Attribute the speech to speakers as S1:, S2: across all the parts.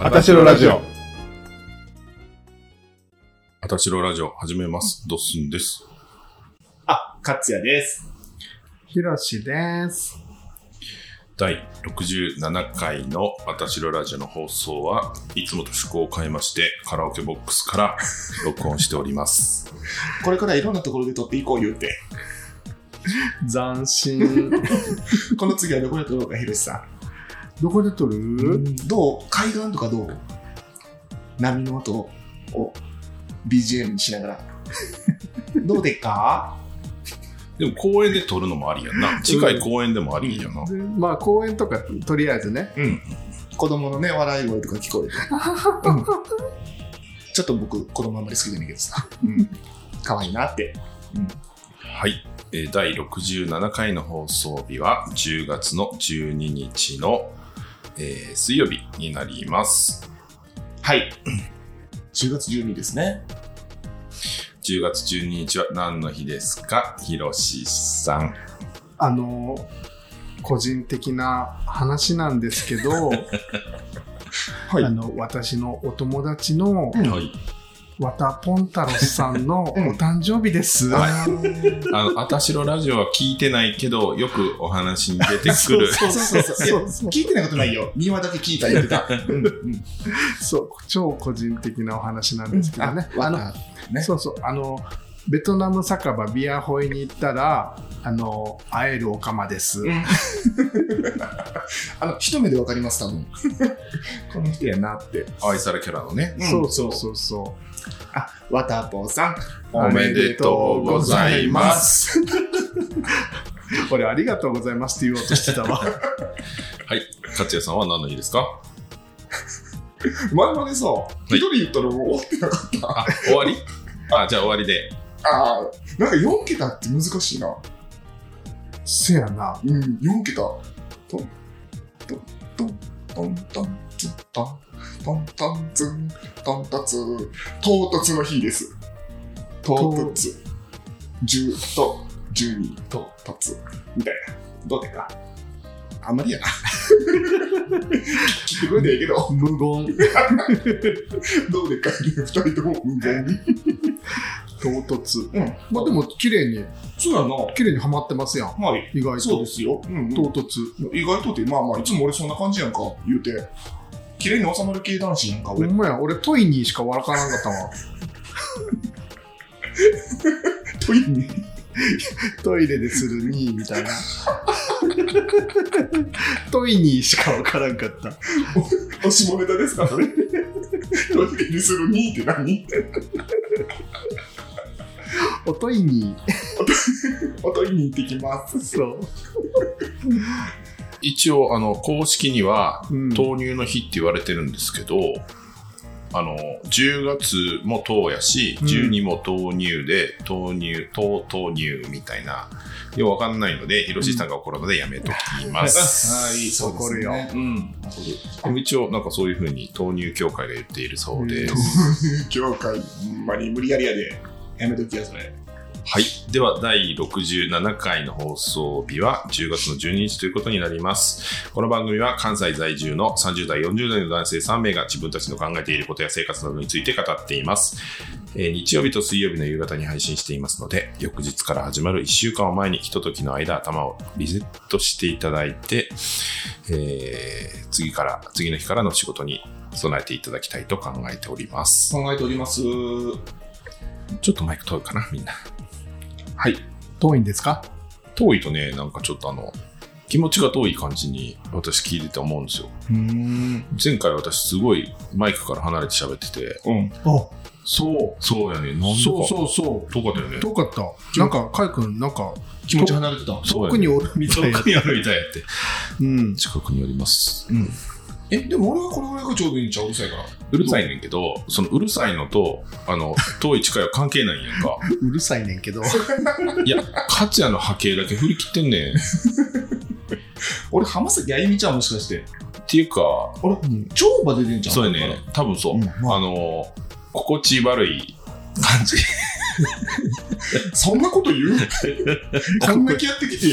S1: あたしろラジオ。
S2: あたしろラジオ始めます。ドッスンです。
S3: あ、かつやです。
S1: ひろしです。
S2: 第67回のあたしろラジオの放送はいつもと趣向を変えましてカラオケボックスから 録音しております。
S3: これからいろんなところで撮っていこう言うて。
S1: 斬新。
S3: この次はどこで撮ろうか、ひろしさ
S1: どこで撮
S3: ん。
S1: る
S3: どう海岸とかどう波の音を BGM にしなが ら。どうでっか
S2: でも公園で撮るのもありやんな。近い公園でもありやな。
S1: でまあ公園とかとりあえずね。
S3: 子供のね、笑い声とか聞こえて。うん ちょっと僕、子供あんまり好きじゃないけどさ。うん。可愛いなって。
S2: はい。えー第67回の放送日は10月の12日の、えー水曜日になります。
S3: はい。10月12ですね。
S2: 10月12日は何の日ですかひろしさん。
S1: あの個人的な話なんですけ ど、
S3: はい
S1: あの私のお友達の
S3: うん
S2: はい。
S1: わたぽんたろスさんの お
S3: うん
S1: 誕生日です。
S2: はい
S3: あー
S2: あ の、あたしろラジオは聞いてないけど、よくお話に出てくる。
S3: そうそうそうそういや。
S1: そう
S3: 聞いてないことないよ。2話だけ聞いた言ってた。うんうん。
S1: そう超個人的なお話なんですけどね。 あ
S3: あ
S1: の
S3: の、ね
S1: そうそうあのベトナム酒場ビアホイに行ったらあの会えるおかまです。
S3: うんあの一目でわかります、多 分。この人やなって。
S2: 愛されキャラのね。
S1: そうそうそうそう。
S3: あ、わたぽーさん、
S2: おめでとうございます。
S1: 俺ありがとうございますって言おうとしてたわ。
S2: はい。勝也さんは何の日ですか
S3: 前までさ、
S2: い
S3: 一人言ったらもう終わってなか
S2: あ、
S3: っ
S2: 終わりあ、じゃあ終わりで。
S3: た。ああ、なんか4桁って難しいな。
S1: せやな。
S3: うん、4桁。トン、トン、トン、トン、トン、ツン、トン、トン、トン、ツン、トン、タツ、唐突の日です。唐突。10と12と唐突。みたいな。どうでか。あんまりやな。 聞いてくれていいけど、
S1: 無言。
S3: どうでかって2人とも無言に。
S1: 唐突。
S3: うん。
S1: まあでも綺麗に、
S3: そうやな。
S1: 綺麗にはまってますやん。
S3: はい。
S1: 意外と。
S3: すよ。うん、
S1: 唐突。
S3: 意外とって、まあまあ、いつも俺そんな感じやんか、言うて。綺麗に収まる系男子やんか、
S1: ほ
S3: 俺。
S1: んまや、俺トイニーしか笑からんかったわ。
S3: トイに。
S1: トイレでするニーみたいな。 トイニーしかわからんかった。
S3: お下ネタですから ね。トイレにするにって何
S1: おトイニ
S3: おトイに行ってきます
S1: ー。。そう。
S2: 一応、あの、公式には、
S1: うん
S2: 豆乳の日って言われてるんですけど、あの、10月も糖やし、
S1: うん
S2: 12も豆乳で、豆乳、糖豆乳みたいな、よくわかんないので、広瀬さんが怒るのでやめときます。
S3: はい、そうですね。
S1: 怒
S3: うん。
S2: でも一応、なんかそういう ふうに豆乳協会が言っているそうです。
S3: 業界、ほんまに無理やりやで。やめときや、それ。
S2: はい。では、第67回の放送日は10月の12日ということになります。この番組は関西在住の30代、40代の男性3名が自分たちの考えていることや生活などについて語っています。えー日曜日と水曜日の夕方に配信していますので、翌日から始まる1週間を前にひとときの間頭をリセットしていただいて、えー次から、次の日からの仕事に備えていただきたいと考えております。
S3: 考えております。
S2: ちょっとマイク遠いかな、みんな。
S1: 遠いんですか
S2: 遠いとねなんかちょっとあの気持ちが遠い感じに私聞いてて思うんですよ
S3: うん。
S2: 前回私すごいマイクから離れて喋ってて
S3: うん。
S1: あ、そう。
S2: そうやねなん
S1: そうそうそう。
S2: 遠かったよね
S1: 遠かった。なんか、かいくん、なんか、
S3: 気持ち離れてた。
S2: そう
S1: 遠
S2: や
S1: く
S2: ね
S1: におるみたいや
S2: 遠。くにあるみたいやって
S1: うん。
S2: 近くに寄ります
S3: うん。え、でも俺はこれぐらいがちょうどいいんちゃううるさいから。
S2: うるさいねんけどそのうるさいのとあの遠い近いは関係ないんやん か
S1: うるさいねんけど。
S2: いや勝也の波形だけ振り切ってんねんっ
S3: 俺、浜崎あゆみちゃんもしかして。
S2: ていうか
S3: 俺、超まで出てんちゃう
S2: そうやね。多分そう、
S3: うんまあ
S2: あの心地悪い感じ
S3: そんなこと言 うこんだけやってきて、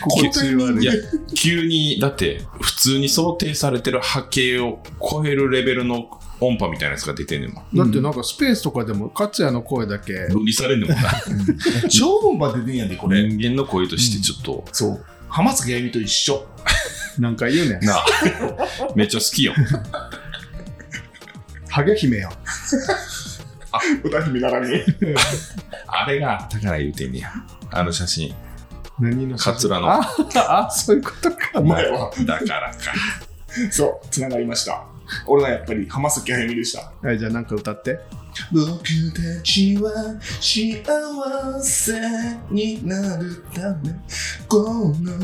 S3: こん
S1: 心
S3: な
S1: 地悪
S2: い
S1: い
S2: や、急に、だって、普通に想定されてる波形を超えるレベルの音波みたいなやつが出てんねんもん。
S1: だってなんかスペースとかでも勝也の声だけ
S2: 分離されんねんもん な。
S4: 超音波出てんやで、これ。
S2: 人間の声としてちょっと、
S4: そう。浜崎あゆみと一緒。
S1: なんか言うねん
S2: なあ、 めっちゃ好きよ。
S1: ハゲ姫や
S3: 歌姫ならね
S2: あれがあったから言うてんねや。あの写真。
S1: 何の
S2: カツラの。
S1: ああそういうことか
S3: お前は。
S2: だからか。
S3: そう、つながりました。俺はやっぱり浜崎あゆみでした。
S1: はいじゃあなんか歌って
S3: 僕たちは幸せになるためこの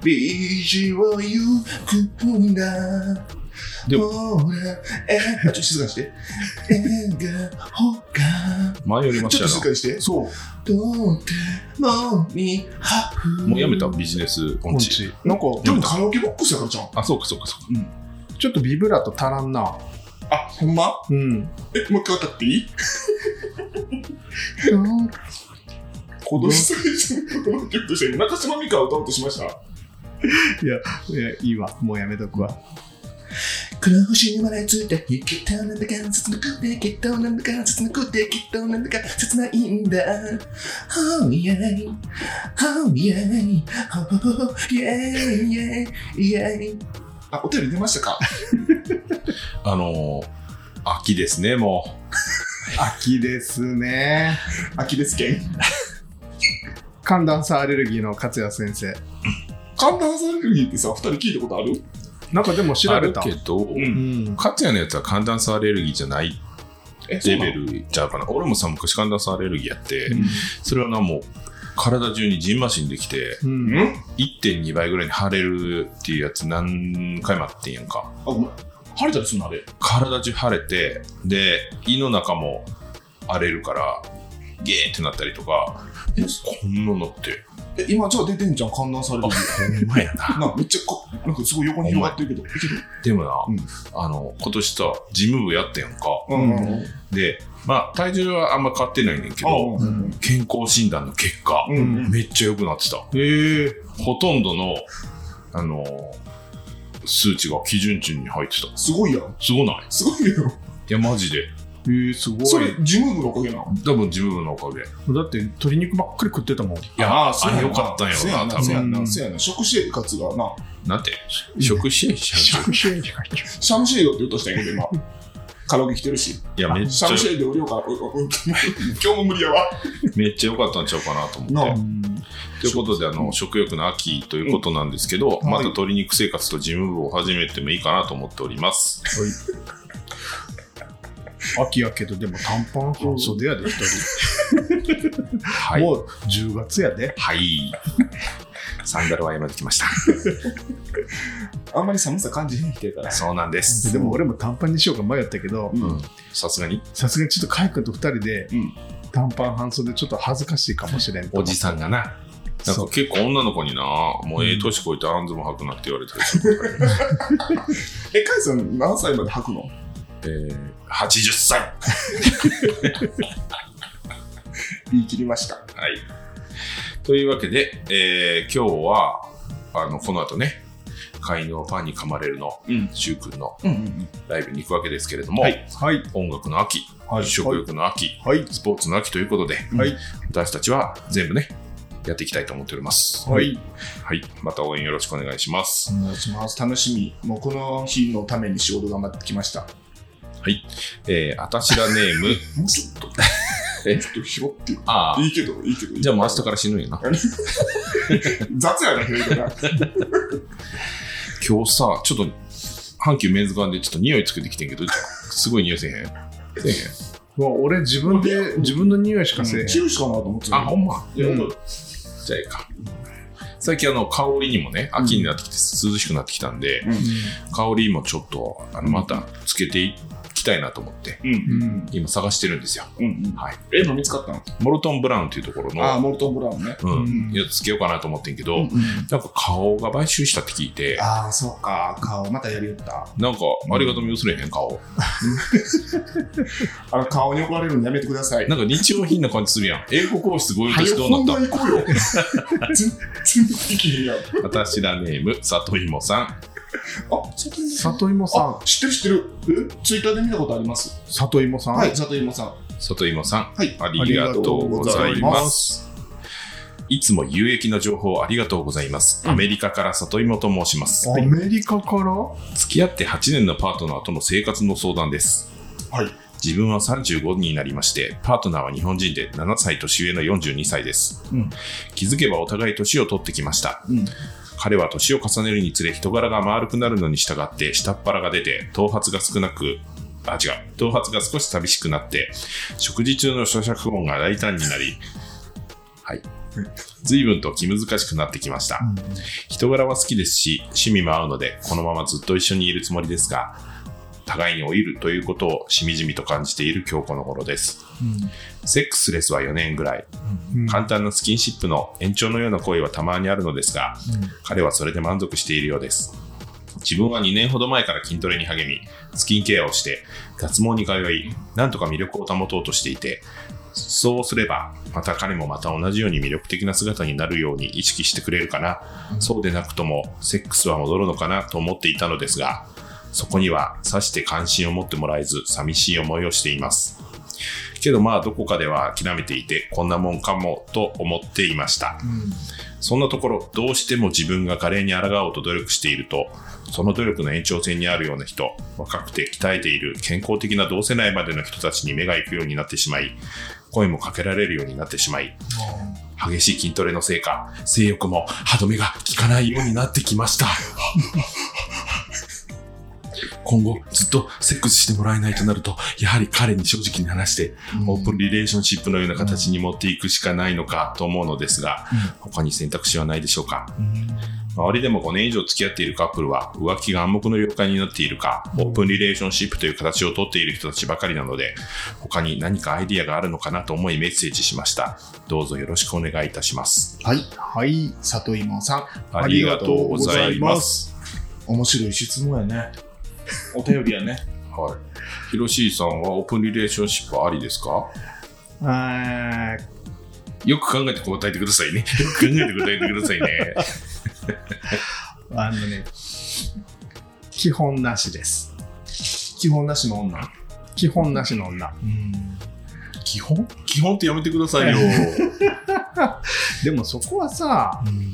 S3: 旅路を行くんだ
S2: でも
S3: ほらえー、ちょっと静かにして笑顔が
S2: 前よりまし
S3: ちょ
S2: た
S3: っと
S2: よ
S3: 静かにして
S1: そう
S3: とてもにハフ
S2: な。もうやめたビジネス音
S1: 音
S2: 痴。
S1: 痴
S3: なんかでもカラオケボックスやからじゃん
S2: あ、そうかそうかそうか。
S1: ちょっとビブラート足らんな
S3: あほんま
S1: うん
S3: えもう一回歌っていいこの人この曲として中島美嘉を歌おうとしました
S1: いやいいわもうやめとくわ
S3: 黒星に笑いついた日きっとなんだか切なくてきっとなんだか切なくてきっとなんだか切ないんだ Oh yeah Oh yeah Oh yeah yeah yeah あ、お便り出ましたか
S2: あのー、秋ですね、も
S1: 秋ですね
S3: アキレス腱
S1: 寒暖差アレルギーの勝也先生
S3: 寒暖差アレルギーってさ、二人聞いたことある
S1: なんかでも
S2: う。
S1: 調
S2: あ
S1: べ
S2: る
S1: た
S2: けど、
S1: うんん
S2: カツヤのやつは寒暖差アレルギーじゃない
S3: え、そう
S2: レ
S3: な
S2: ベ
S3: の
S2: ルちゃうかな。俺もさ、昔寒暖差アレルギーやって、
S1: うん
S2: それはな、もう、体中にジンマシンできて、
S1: うん
S3: ん
S2: 1.2倍ぐらいに腫れるっていうやつ何回もあってんやんか。
S4: あ、ごめん。晴れたりするのあれ。
S2: 体中腫れて、で、胃の中も荒れるから、ゲーってなったりとか、
S3: え
S2: こんなのって、
S3: え、今じゃあ出てんじゃん、寒暖差アレルギ
S2: ほんまやな。
S3: ー。なんかめっちゃこ、なんかすごい横に広がってるけど。いける
S2: でもな、
S3: うん
S2: あの、今年さ、事務部やったやんか。
S3: うん
S1: うん
S3: うん
S2: で、まあ、体重はあんま変わってないねんけど、
S3: うん
S2: 健康診断の結果、
S3: んうん
S2: めっちゃ良くなってた。
S1: へえ
S2: ほとんどの、あのー数値が基準値に入ってた。
S3: すごいやん。
S2: すごない
S3: すごいよ。
S2: いや、マジで。
S1: へえすごい
S3: それ、事務部のおかげなの
S2: 多分自分のおかげ。い
S1: だって鶏肉ばっかり食ってたもん
S2: や、あ
S3: そう
S2: れ
S3: やな
S2: 良かったんや
S3: そうや
S2: ろな、
S3: な、
S2: 多
S3: そ
S2: 分。
S3: うや
S1: う
S3: な、
S1: ん
S3: そうやな。食生活がな、
S2: なんて食支援者じゃん
S3: シャムシェードって言うとしたんやけど、今。 カラオケ来てるし。
S2: いや、めっち
S3: シ
S2: ゃ
S3: ャム、シェード売りようから、うんうんうん 今日も無理やわ。
S2: めっちゃ良かったんちゃうかなと思って。
S3: なあ
S2: ということで、あの、食欲の秋ということなんですけど、
S3: うん
S2: また鶏肉生活と事務部を始めてもいいかなと思っております。
S1: 秋やけどでも短パン半袖やで一人、
S2: はい。
S1: もう10月やで
S2: はい。サンダルは今できました。
S3: あんまり寒さ感じへんきてるから。
S2: そうなんです。
S1: でも俺も短パンにしようか迷ったけど
S2: うん。さすがに、
S1: さすがにちょっと海君と2人で
S3: うん
S1: 短パン半袖ちょっと恥ずかしいかもしれんと
S2: お
S1: 思って
S2: じさんがな。なん
S1: そ
S2: か
S1: う
S2: 結構女の子にな、もうええ年こいてアンズも履くなって言われてるし、
S3: え、カイさん何歳まで履くの
S2: えー、80歳
S3: 言い切りました。
S2: はい。というわけで、えー今日は、あの、この後ね、会員のファンに噛まれるの、
S3: うん
S2: しゅうくんの
S3: うんうん
S2: ライブに行くわけですけれども、
S1: はい
S2: 音楽の秋、
S1: はい
S2: 食欲の秋、
S1: はい
S2: スポーツの秋ということで、
S1: はい
S2: 私たちは全部ね、やっていきたいと思っております。
S1: はい
S2: はい。また応援よろしくお願いします。
S3: お願いします。楽しみ。もうこの日のために仕事頑張ってきました。
S2: えー、あたしらネーム、
S3: もうちょっと。
S2: え
S3: ちょっと拾って。
S2: ああ
S3: い、いけど、いいけど。いいけど
S2: じゃあもう明日から死ぬんやな。
S3: 雑やね、 ヘイトが。
S2: 今日さ、ちょっと、阪急メンズ館でちょっと匂いつけてきてんけど、すごい匂いせえへん。せえへん。
S1: うわ俺自分で自分の匂いしかせえへん
S3: 切るしかなと思ってた
S2: あ、ほんま。
S3: いや
S1: うん
S3: ほんま
S2: じゃあいいか。最近あの香りにもね、秋になってきて涼しくなってきたんで、
S3: うん
S2: 香りもちょっとあのまたつけていききたいなと思って、
S4: うん。うん
S1: うん
S2: 今探してるんですよ。
S4: うん。
S2: はい。
S4: え、もう見つかったの
S2: モルトンブラウンというところ
S4: ああ、
S2: の、
S4: モルトンブラウンね。
S2: う
S1: うん
S2: ん、やつけようかなと思ってんけど、
S4: うんうん
S2: なんか顔が買収したって聞いて、
S4: ああ、そうか。顔、またやりよった。
S2: なんかありがとう見薄れへん顔。
S4: あの、顔に怒られるのやめてください。
S2: なんか日用品な感じするやん。英語教室ご用達どうな
S3: 本
S2: った
S3: 題行こうよ。全然できへんやん。
S2: 私らネーム、里芋さん。
S4: あ、里芋さん。
S1: 里芋さ
S4: あ、知ってる知ってる。えツイッターで見たことあります
S1: ん里芋さん、
S4: はい、里芋さん。
S2: 里芋さん、
S4: はい。
S2: ありがとうございます。いつも有益な情報ありがとうございます。アメリカから里芋と申します。
S1: アメリカから
S2: 付き合って8年のパートナーとの生活の相談です。
S4: はい
S2: 自分は35になりまして、パートナーは日本人で7歳年上の42歳です。
S4: うん
S2: 気づけばお互い年を取ってきました。
S4: うん
S2: 彼は年を重ねるにつれ人柄が丸くなるのに従って下っ腹が出て、頭髪が少なく、あ、違う、頭髪が少し寂しくなって、食事中の咀嚼音が大胆になり、はい。随分と気難しくなってきました。人柄は好きですし、趣味も合うので、このままずっと一緒にいるつもりですが、互いに老いるということをしみじみと感じている今日この頃です。セックスレスは4年ぐらい、
S1: うん
S2: 簡単なスキンシップの延長のような行為はたまにあるのですが、彼はそれで満足しているようです。自分は2年ほど前から筋トレに励み、スキンケアをして、脱毛に通い、なんとか魅力を保とうとしていて、そうすれば、また彼もまた同じように魅力的な姿になるように意識してくれるかな、そうでなくとも、セックスは戻るのかなと思っていたのですが、そこには、さして関心を持ってもらえず、寂しい思いをしています。けどまあ、どこかでは諦めていて、こんなもんかもと思っていました。そんなところ、どうしても自分が華麗に抗おうと努力していると、その努力の延長線にあるような人、若くて鍛えている健康的な同世代までの人たちに目が行くようになってしまい、声もかけられるようになってしまい、激しい筋トレのせいか、性欲も歯止めが効かないようになってきました。今後ずっとセックスしてもらえないとなると、やはり彼に正直に話して、オープンリレーションシップのような形に持っていくしかないのかと思うのですが、他に選択肢はないでしょうか。周りでも5年以上付き合っているカップルは浮気が暗黙の了解になっているか、オープンリレーションシップという形をとっている人たちばかりなので、他に何かアイディアがあるのかなと思いメッセージしました。どうぞよろしくお願いいたします。
S4: はい。はい、里芋さん。
S2: ありがとうございます。
S4: 面白い質問やね。お便りやね。
S2: はい。ヒロシーさんはオープンリレーションシップありですか
S1: あー
S2: よく考えて答えてくださ いね。よく考えて答えてください ね。
S1: あのね基本なしです
S4: 基本なしの女。
S1: 基本なしの女
S4: うん。
S2: 基本基本ってやめてくださいよ。
S1: でもそこはさ
S4: うん。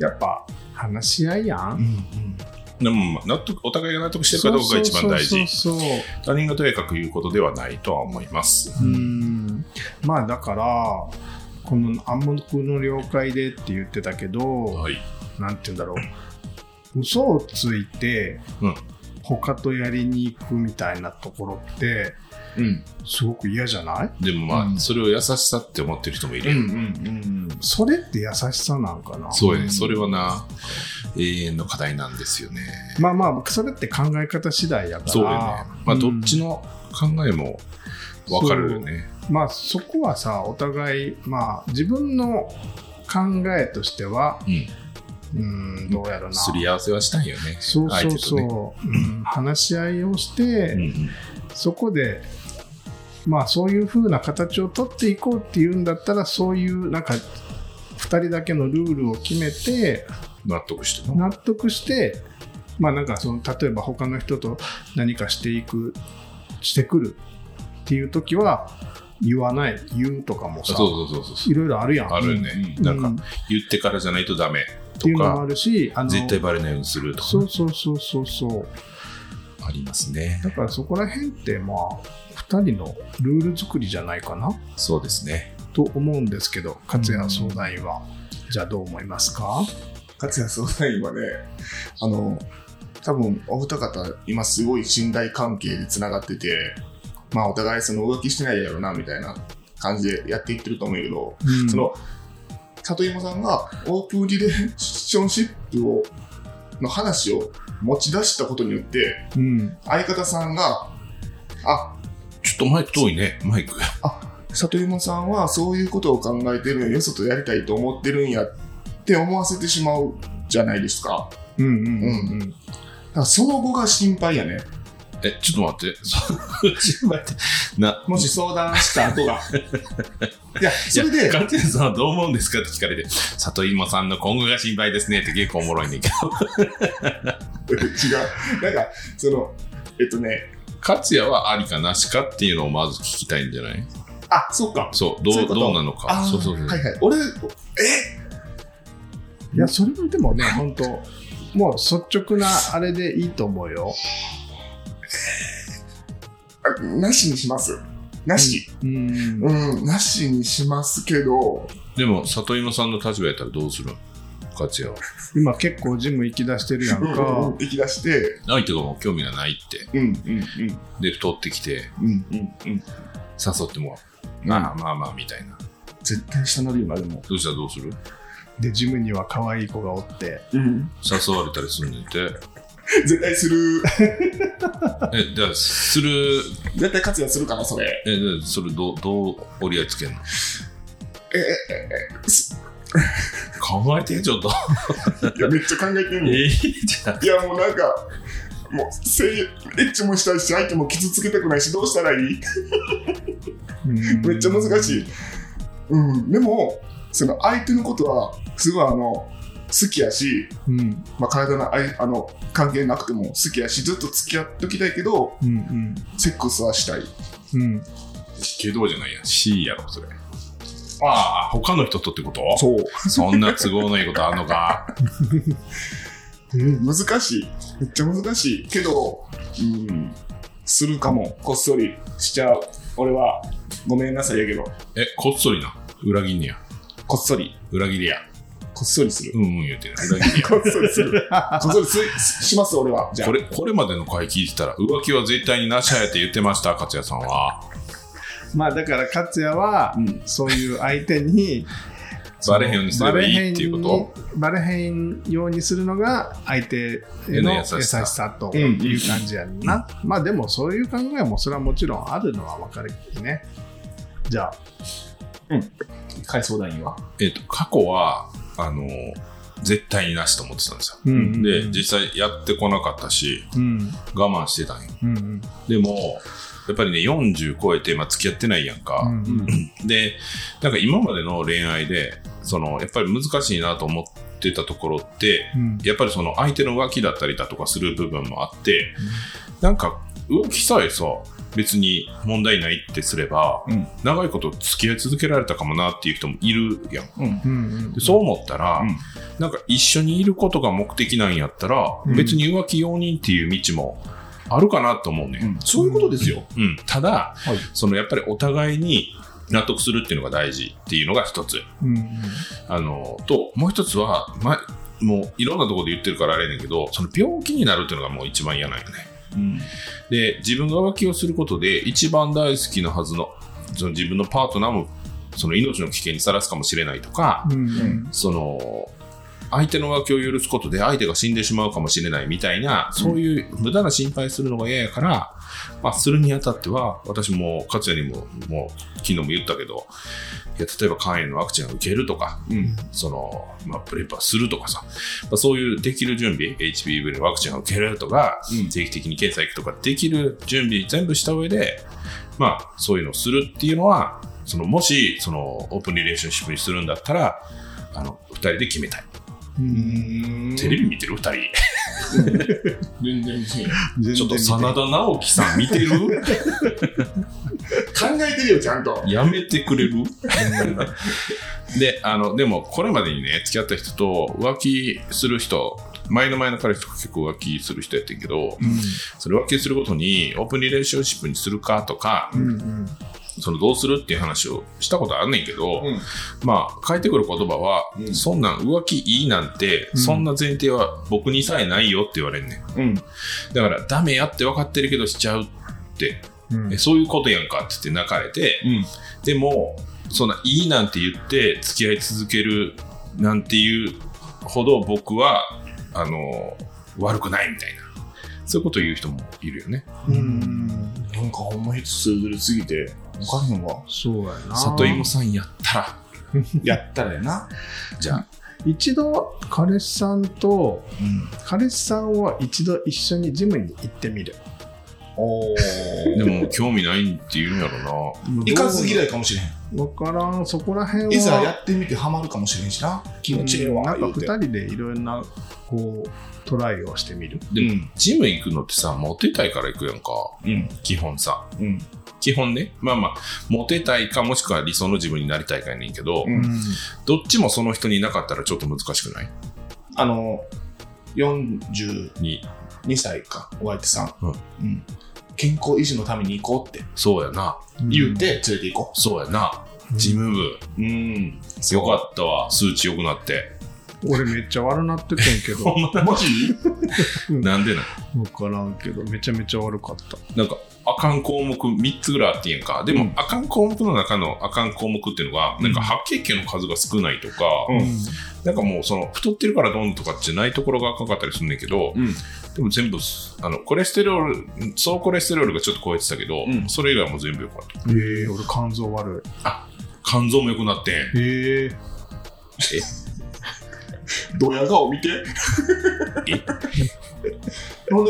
S1: やっぱ話し合いやん
S4: うん。
S2: でも納得、お互いが納得してるかどうかが一番大事。
S1: そうそうそうそう
S2: 他人がとやかく言うことではないとは思います。
S1: うんまあだからこの暗黙の了解でって言ってたけど
S2: はい。
S1: なんて言うんだろう嘘をついて、
S2: うん
S1: 他とやりに行くみたいなところって
S4: うん。
S1: すごく嫌じゃない
S2: でもまあ、
S4: うん
S2: それを優しさって思ってる人もいる
S4: う
S2: やん、
S4: ん。
S1: それって優しさなんかな
S2: そうやね。それはな、永遠の課題なんですよね。
S1: まあまあそれって考え方次第やから
S2: そうやね。まあ、
S1: うん
S2: どっちの考えもわかるよね。
S1: まあそこはさお互いまあ自分の考えとしては
S2: うん。
S1: うんどうやろな
S2: すり合わせはしたいよね。
S1: そうそうそう、
S2: 相手
S1: うん、話し合いをして、
S2: うんうん
S1: そこで、まあ、そういう風な形を取っていこうっていうんだったらそういうなんか2人だけのルールを決めて
S2: 納得しての。
S1: 納得して、まあ、なんかその例えば他の人と何かしていくしてくるっていう時は言わない言うとかも
S2: そ
S1: さ
S2: うそうそうそう。
S1: いろいろあるやん。
S2: あるね。
S1: う
S2: なんか、
S1: っ
S2: 言ってからじゃないとダメ
S1: て
S2: と
S1: いうのもあ
S2: か、
S1: るしあの
S2: 絶対バレないようにすると
S1: そ
S2: か
S1: うそうそうそうそう
S2: ありますね。
S1: だからそこら辺ってまあ2人のルール作りじゃないかな
S2: そうですね。
S1: と思うんですけど勝谷相談員は、じゃあどう思いますか
S3: 勝也相談員はね、あの、多分お二方、今すごい信頼関係でつながってて、まあお互いその浮気してないやろな、みたいな感じでやっていってると思うけど、その、里芋さんがオープンリレーションシップを、の話を持ち出したことによって、
S1: うん
S3: 相方さんがあ、
S2: ちょっとマイク遠いね、マイク。
S3: 里山さんはそういうことを考えてるんよ、外やりたいと思ってるんやって思わせてしまうじゃないですか。
S1: うんうんうんうん。
S3: だからその後が心配やね。
S2: え、ちょっと 待って。ちょっと待って。な、
S3: もし相談した後が。いや、それ
S2: いや
S3: で、
S2: ガテンさんはどう思うんですかって聞かれて、里芋さんの今後が心配ですねって結構おもろいねんけど。
S3: 違う。なんか、その、えっとね、
S2: 勝也はありかなしかっていうのをまず聞きたいんじゃない
S3: あ、そっか。
S2: そう、どう
S3: そういうこと
S2: どうなのか。
S3: ー
S2: そうそうそう。
S3: はいはい。俺、
S1: いや、それはでもね、本当もう率直なあれでいいと思うよ。
S3: あなしにします。なし。
S1: うん
S3: う。ん、なしにしますけど、
S2: でも、里芋さんの立場やったらどうするの勝也は。
S1: 今結構ジム行き出してるやん
S3: うんうんう
S1: か
S3: ん、。行き出して、
S2: 相手がもう興味がないって。
S3: うん、うん、
S2: で、取ってきて、
S3: うん、うん、うん、うん。
S2: 誘ってもまあまあまあ、みたいな。
S3: 絶対下乗りよな、でも。
S2: どうしたらどうする
S1: で、ジムには可愛い子がおって。
S3: うん。
S2: 誘われたりするんでて。
S3: 絶対する。
S2: え、じゃあ、する、
S3: 絶対活躍するかな、それ。
S2: え、じゃあそれどう、どう折り合いつけんの
S3: え、え、
S2: 考えて、ちょっと。
S3: いや、めっちゃ考えてんねん。
S2: いじゃん。
S3: いや、もうなんか、もう、せい、エッチもしたいし、相手も傷つけたくないし、どうしたらいいめっちゃ難し
S1: い。
S3: い。うん、でも、その相手のことは、すごいあの、好きやし、
S1: うん
S3: まあ、体のあいあの関係なくても好きやし、ずっと付き合っておきたいけど、
S1: うん
S3: セックスはしたい。
S1: うんうん。
S2: けどじゃないや。C やろ、それ。ああ、他の人とってこと
S3: そう。
S2: そんな都合のいいことあんのか。
S3: うん、難しい。めっちゃ難しい。けど、うん、するかも。こっそりしちゃう。俺は、ごめんなさいやけど、
S2: え、こっそりな。裏切んねや。
S3: こっそり、
S2: 裏切りや。
S3: こっそりする。
S2: うんうん言うてる。裏切りや。
S3: こっそりする。 こっそりすします、俺は。じゃあ
S2: こ。れ、これまでの回聞いてたら、浮気は絶対になしはやって言ってました、勝也さんは。
S1: まあだから勝也は
S3: うん
S1: そういう相手に
S2: バレへんようにすればいいっていうこ
S1: バレへんようにするのが相手
S2: への
S1: への
S2: 優
S1: 優
S2: しさ
S1: しさという感じやんな、まあでもそういう考えもそれはもちろんあるのは分かるけどねじゃあ
S4: 回相談員は。
S2: と。えっと、過去は、あの、絶対になしと思ってたんですよ。
S1: うんうん
S2: で、実際やってこなかったし、
S1: うん
S2: 我慢してたんよ。
S1: うんうん
S2: でも、やっぱりね、40超えて、まあ、付き合ってないやんか。
S1: うんうん
S2: で、なんか今までの恋愛で、その、やっぱり難しいなと思ってたところって、
S1: うん
S2: やっぱりその相手の浮気だったりだとかする部分もあって、なんか浮気さえさ、別に問題ないってすれば、
S4: うん
S2: 長いこと付き合い続けられたかもなっていう人もいるやん。
S1: うん
S2: でそう思ったら、
S4: うん
S2: なんか一緒にいることが目的なんやったら、
S1: うん
S2: 別に浮気容認っていう道もあるかなと思うね、
S4: うんそういうことですよ。
S2: うん、ただ、
S4: はい
S2: そのやっぱりお互いに納得するっていうのが大事っていうのが一つ
S1: うん
S2: あのともう一つは、ま、もういろんなところで言ってるからあれやねんけどその病気になるっていうのがもう一番嫌なんよね
S4: うん。
S2: で自分が浮気をすることで一番大好きなはずのその自分のパートナーもその命の危険にさらすかもしれないとか、
S1: うんうん
S2: その相手の浮気を許すことで相手が死んでしまうかもしれないみたいな、そういう無駄な心配するのが嫌やから、まあ、するにあたっては、私も勝也にも、もう昨日も言ったけど、いや例えば肝炎のワクチンを受けるとか、
S4: うん。
S2: そのまあ、プレッパーするとかさ、まあ、そういうできる準備、HPV のワクチンを受けるとか、
S4: うん
S2: 定期的に検査行くとか、できる準備全部した上で、まあ、そういうのをするっていうのは、そのもしそのオープンリレーションシップにするんだったら、あの2人で決めたい。
S1: うん
S2: テレビ見てる2人。
S4: 全然そう。
S1: 全然
S2: ちょっと真田直樹さん見てる
S3: 考えてるよ、ちゃんと。
S2: やめてくれる であのでもこれまでにね付き合った人と浮気する人前の前の彼氏とか結構浮気する人やってんけど、それ浮気することにオープンリレーションシップにするかとか、
S1: うんうん
S2: そのどうするっていう話をしたことあんねんけど、
S4: うん
S2: まあ返ってくる言葉は、
S4: うん
S2: そんなん浮気いいなんて、
S1: うん
S2: そんな前提は僕にさえないよって言われんねん
S4: うん。
S2: だからダメやって分かってるけどしちゃうって
S1: うん
S2: えそういうことやんかって言って泣かれて、
S4: うん
S2: でもそんないいなんて言って付き合い続けるなんていうほど僕はあの悪くないみたいなそういうことを言う人もいるよね
S1: うん
S4: なんかほんま人それぞれすぎて、わかんへんわ。
S1: そうやな
S2: 里芋さんやったら、
S4: やったらやな。
S2: じゃあ、
S1: 一度彼氏さんと
S4: うん。
S1: 彼氏さんは一度一緒にジムに行ってみる
S4: お
S2: で
S4: ー。
S2: も興味ないって言うんやろ
S4: 行かず嫌いかもしれへん。
S1: 分からんそこら辺はい
S4: ざやってみてハマるかもしれんしな。気持ちええわ。
S1: なんか
S4: 言うて
S1: 2人でいろんなこうトライをしてみる
S2: でも
S4: うん
S2: な。ジム行くのってさ、モテたいから行くやんか。
S4: うん。
S2: 基本さ。
S4: うん。
S2: 基本ね。まあまあ、モテたいか、もしくは理想の自分になりたいかやねんけど、
S4: うん
S2: どっちもその人にいなかったらちょっと難しくない
S4: あの、42
S2: に。
S4: 歳か、お相手さん。
S2: うん
S4: うん健康維持のために行こうって
S2: そうやな。
S4: 言って連れて行こ
S2: そうやな。事務部。
S4: う。うん。
S2: よかったわ。数値良くなって。
S1: 俺めっちゃ悪なっててん けど
S4: マジ
S2: なんでなん
S1: 分からんけどめちゃめちゃ悪かった
S2: なんか、あかん項目3つぐらいあってんやんか。でも、
S4: うん
S2: あかん項目の中のあかん項目っていうのが、なんか白血球の数が少ないとか、
S4: うん
S2: なんかもうその太ってるからどうのとかじゃないところが赤かったりするんだけど、
S4: うん
S2: でも全部あのコレステロール総コレステロールがちょっと超えてたけど、
S4: うん
S2: それ以外も全部良かった
S1: えー、俺肝臓悪
S2: 肝臓も良くなってん
S1: いええ
S4: ドヤ顔見て。 なんで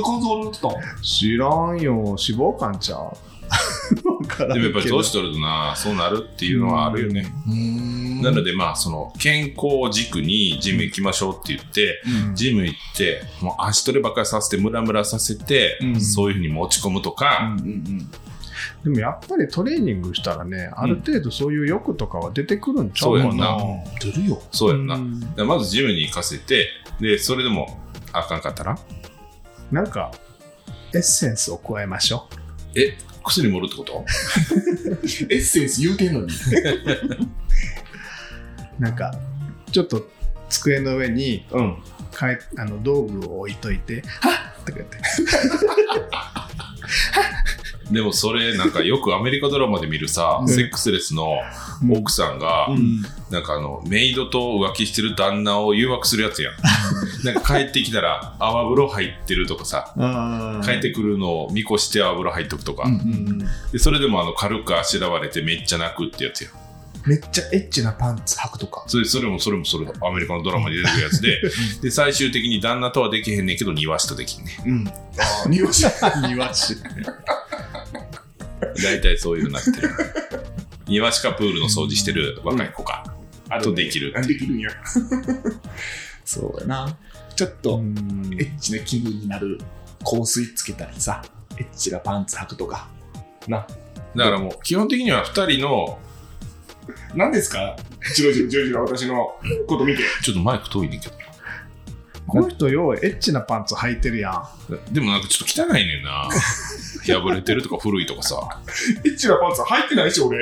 S4: 肝臓になってたの
S1: 知らんよ脂肪肝ちゃう 分から
S2: で
S1: んけ
S2: も
S1: ど
S2: やっぱり年取るとなそうなるっていうのはあるよね、
S4: うん
S2: なの
S4: で、
S2: でまあその健康を軸にジム行きましょうって言って
S4: うん
S2: ジム行ってもう足トレばっかりさせてムラムラさせて、
S4: うん
S2: そういうふうに持ち込むと
S4: うん
S2: か、
S4: うん
S1: でもやっぱりトレーニングしたらね、ある程度そういう欲とかは出てくるんちゃう
S2: そう
S1: か
S2: や
S1: な。
S2: んな
S4: うん。出るよ。
S2: そうやんな、
S1: う
S2: だか
S1: ん
S2: らまずジムに行かせてでそれでもあかんかったら
S1: なんか、エッセンスを加えましょ
S2: え薬盛るってこと
S4: エッセンス言うてんのに。
S1: う。なんか、ちょっと机の上に
S4: うん。
S1: かえあの道具を置いといて、はっとか言って。
S2: でもそれなんかよくアメリカドラマで見るさ、
S1: うん
S2: セックスレスの奥さんが、
S4: うん。
S2: なんかあのメイドと浮気してる旦那を誘惑するや つやんなんか帰ってきたら泡風呂入ってるとかさ
S1: あ
S2: 帰ってくるのを見越して泡風呂入っとくとか、
S4: うん
S1: うん、
S2: でそれでもあの軽くあしらわれてめっちゃ泣くってやつや
S4: めっちゃエッチなパンツ履くと か。
S2: それそれもそれもそれアメリカのドラマに出てくるや つでで最終的に旦那とはできへんねんけど庭師とできんねん
S4: うん。ああ、匂いしない。
S1: 庭師。
S2: 大体そういうふうになってる庭師かプールの掃除してる若い子か、あとできる
S4: あできるんや。 そうやな。ちょっと、エッチな気分になる香水つけたりさ、エッチなパンツ履くとか。
S2: だからもう基本的には2人の
S4: 何ですか
S3: ジロジロジロジロ私のこと見て。
S2: ちょっとマイク遠いねんけ
S1: この人、ようエッチなパンツ履いてるやん。
S2: どでもなんかちょっと汚いねんな破れてるとか古いとかさ
S3: エッチなパンツ入ってないし、俺。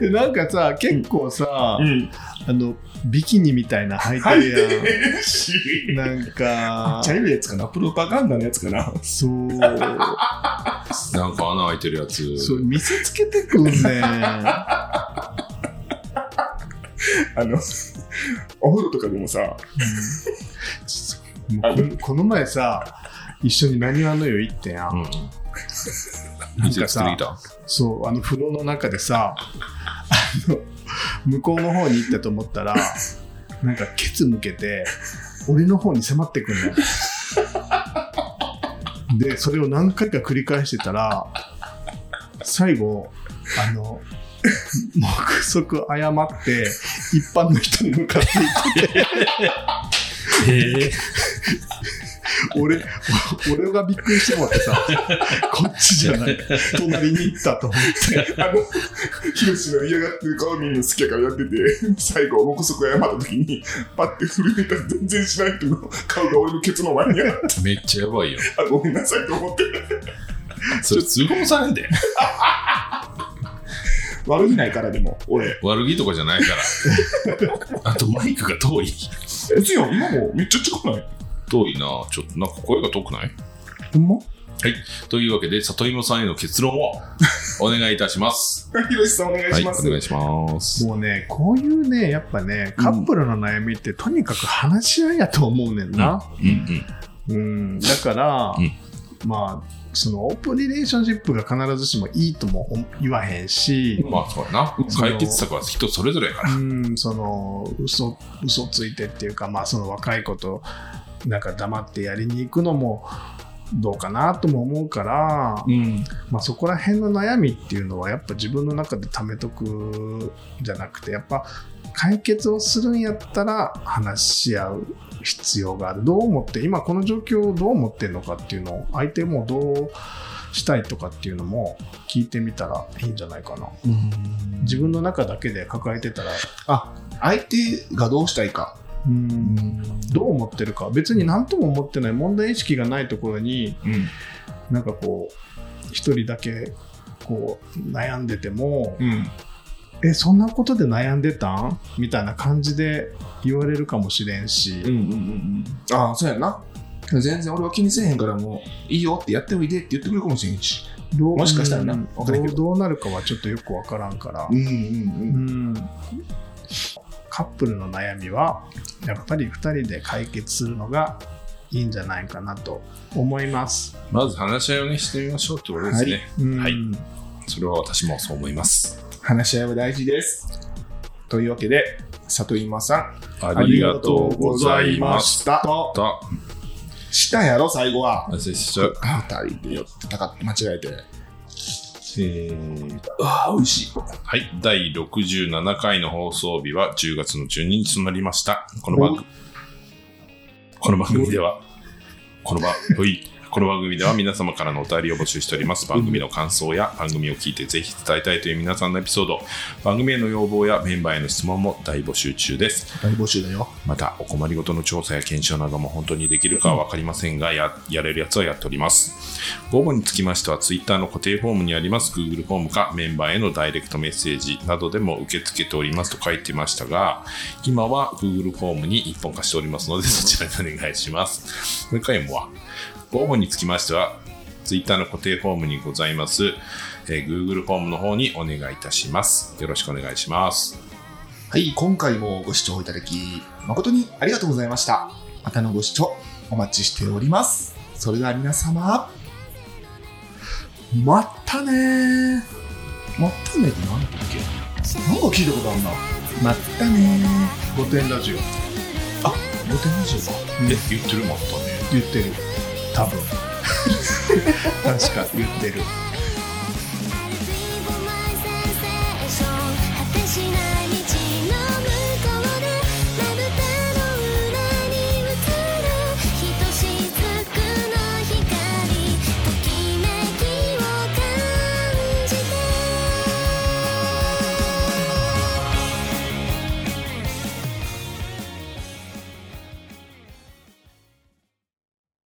S1: でなんかさ、結構さ、
S3: ん。
S1: あの、ビキニみたいな履い
S3: 入って
S1: るやん。
S3: てねえし。
S1: なん か、
S4: 茶色いやつかなプロパガンダのやつかな
S1: そう、
S2: なんか穴開いてるやつ
S1: そう、見せつけてくんねん。
S3: あの、お風呂とかでもさ、
S1: もうこのこの前さ一緒に何話の湯行ってんや、
S2: うん
S1: ん、
S2: な
S1: なんん
S2: か
S1: か
S2: さ
S1: さそうあの風呂の中でさあの向こうの方に行ったと思ったらなんかケツ向けて俺の方に迫ってくんのよでそれを何回か繰り返してたら最後あの目測誤って一般の人に向かっていって俺俺がびっくりしてもらってさこっちじゃない隣に行ったと思って
S3: あの、ヒロシの嫌がってる顔見るの好きやからやってて、最後、目測謝った時に、パッて振り向いたら全然しない人の顔が俺のケツの前にあって、
S2: めっちゃやばいよ
S3: あ、ごめんなさいと思って。
S2: それ通報されんで
S4: 悪気ないからでも、俺。
S2: 悪気とかじゃないからあとマイクが遠い
S3: 別よ、今もめっちゃ近くない
S2: 遠いなちょっとなんか声が遠くない
S1: ほんま
S2: というわけで里芋さんへの結論をお願いいたします
S3: ヒロシさんお願いします。
S2: はいお願いします
S1: もうね、こういうね、やっぱね、カップルの悩みってとにかく話し合いやと思うねんな。
S2: うんうん
S1: うん、だから、
S2: うん
S1: まあ、そのオープンリレーションシップが必ずしもいいとも言わへんし、
S2: まあそうやな。解決策は人それぞれやから。
S1: うん、その嘘嘘ついてっていうか、まあ、その若い子となんか黙ってやりに行くのもどうかなとも思うから、
S4: うん。
S1: まあ、そこら辺の悩みっていうのはやっぱ自分の中で貯めとくじゃなくてやっぱ解決をするんやったら話し合う必要があるどう思って今この状況をどう思ってるのかっていうのを相手もどうしたいとかっていうのも聞いてみたらいいんじゃないかな自分の中だけで抱えてたら
S4: あ、相手がどうしたいか。
S1: うんどう思ってるか別に何とも思ってない問題意識がないところに
S4: うん。
S1: なんかこう一人だけこう悩んでても、
S4: うん。
S1: えそんなことで悩んでたんみたいな感じで言われるかもしれん
S4: うんう
S1: し、
S4: んうんうん。ああ、そうやんな。全然俺は気にせえへんからもういいよってやっておいでって言ってくれるかもしれんし。
S1: どう
S4: もしかしたらな
S1: うん
S4: わかんない
S1: ど
S4: け
S1: う
S4: ど
S1: どうなるかはちょっとよくわからんから、
S4: んうん
S1: うんカップルの悩みはやっぱり2人で解決するのがいいんじゃないかなと思います。
S2: まず話し合いをね、してみましょうってことですね。
S1: うん
S2: はいそれは私もそう思います。
S4: 話し合いは大事です。というわけで、里今さん、
S2: ありがとうございまし
S4: ありがとうございました。
S2: た。
S4: したやろ、最後は。
S2: 失礼しちゃう。
S4: 二人で寄ってたか間違えて。
S2: えー
S4: ああ、美味しい。
S2: はい。第67回の放送日は10月の12日となりました。この番組、この番組では、こ の番、おいこの番組では皆様からのお便りを募集しております。番組の感想や番組を聞いてぜひ伝えたいという皆さんのエピソード、番組への要望やメンバーへの質問も大募集中です。
S4: 大募集だよ。
S2: またお困りごとの調査や検証なども本当にできるかは分かりませんがややれるやつはやっております応募につきましては Twitter の固定フォームにあります Google フォームかメンバーへのダイレクトメッセージなどでも受け付けておりますと書いてましたが今は Google フォームに一本化しておりますので そちらにお願いしますもう一回もは応募につきましては Twitter の固定フォームにございます、えー Google フォームの方にお願いいたしますよろしくお願いします
S4: はい、今回もご視聴いただき、誠にありがとうございました。またのご視聴お待ちしております。それでは皆様、またねー。またねって何だっけなんか聞いたことあるな。まったね
S1: 御殿ラジオ
S4: ー。あ、モテ20か。
S2: え言ってるもんとね
S1: 言ってる多分 確か言ってる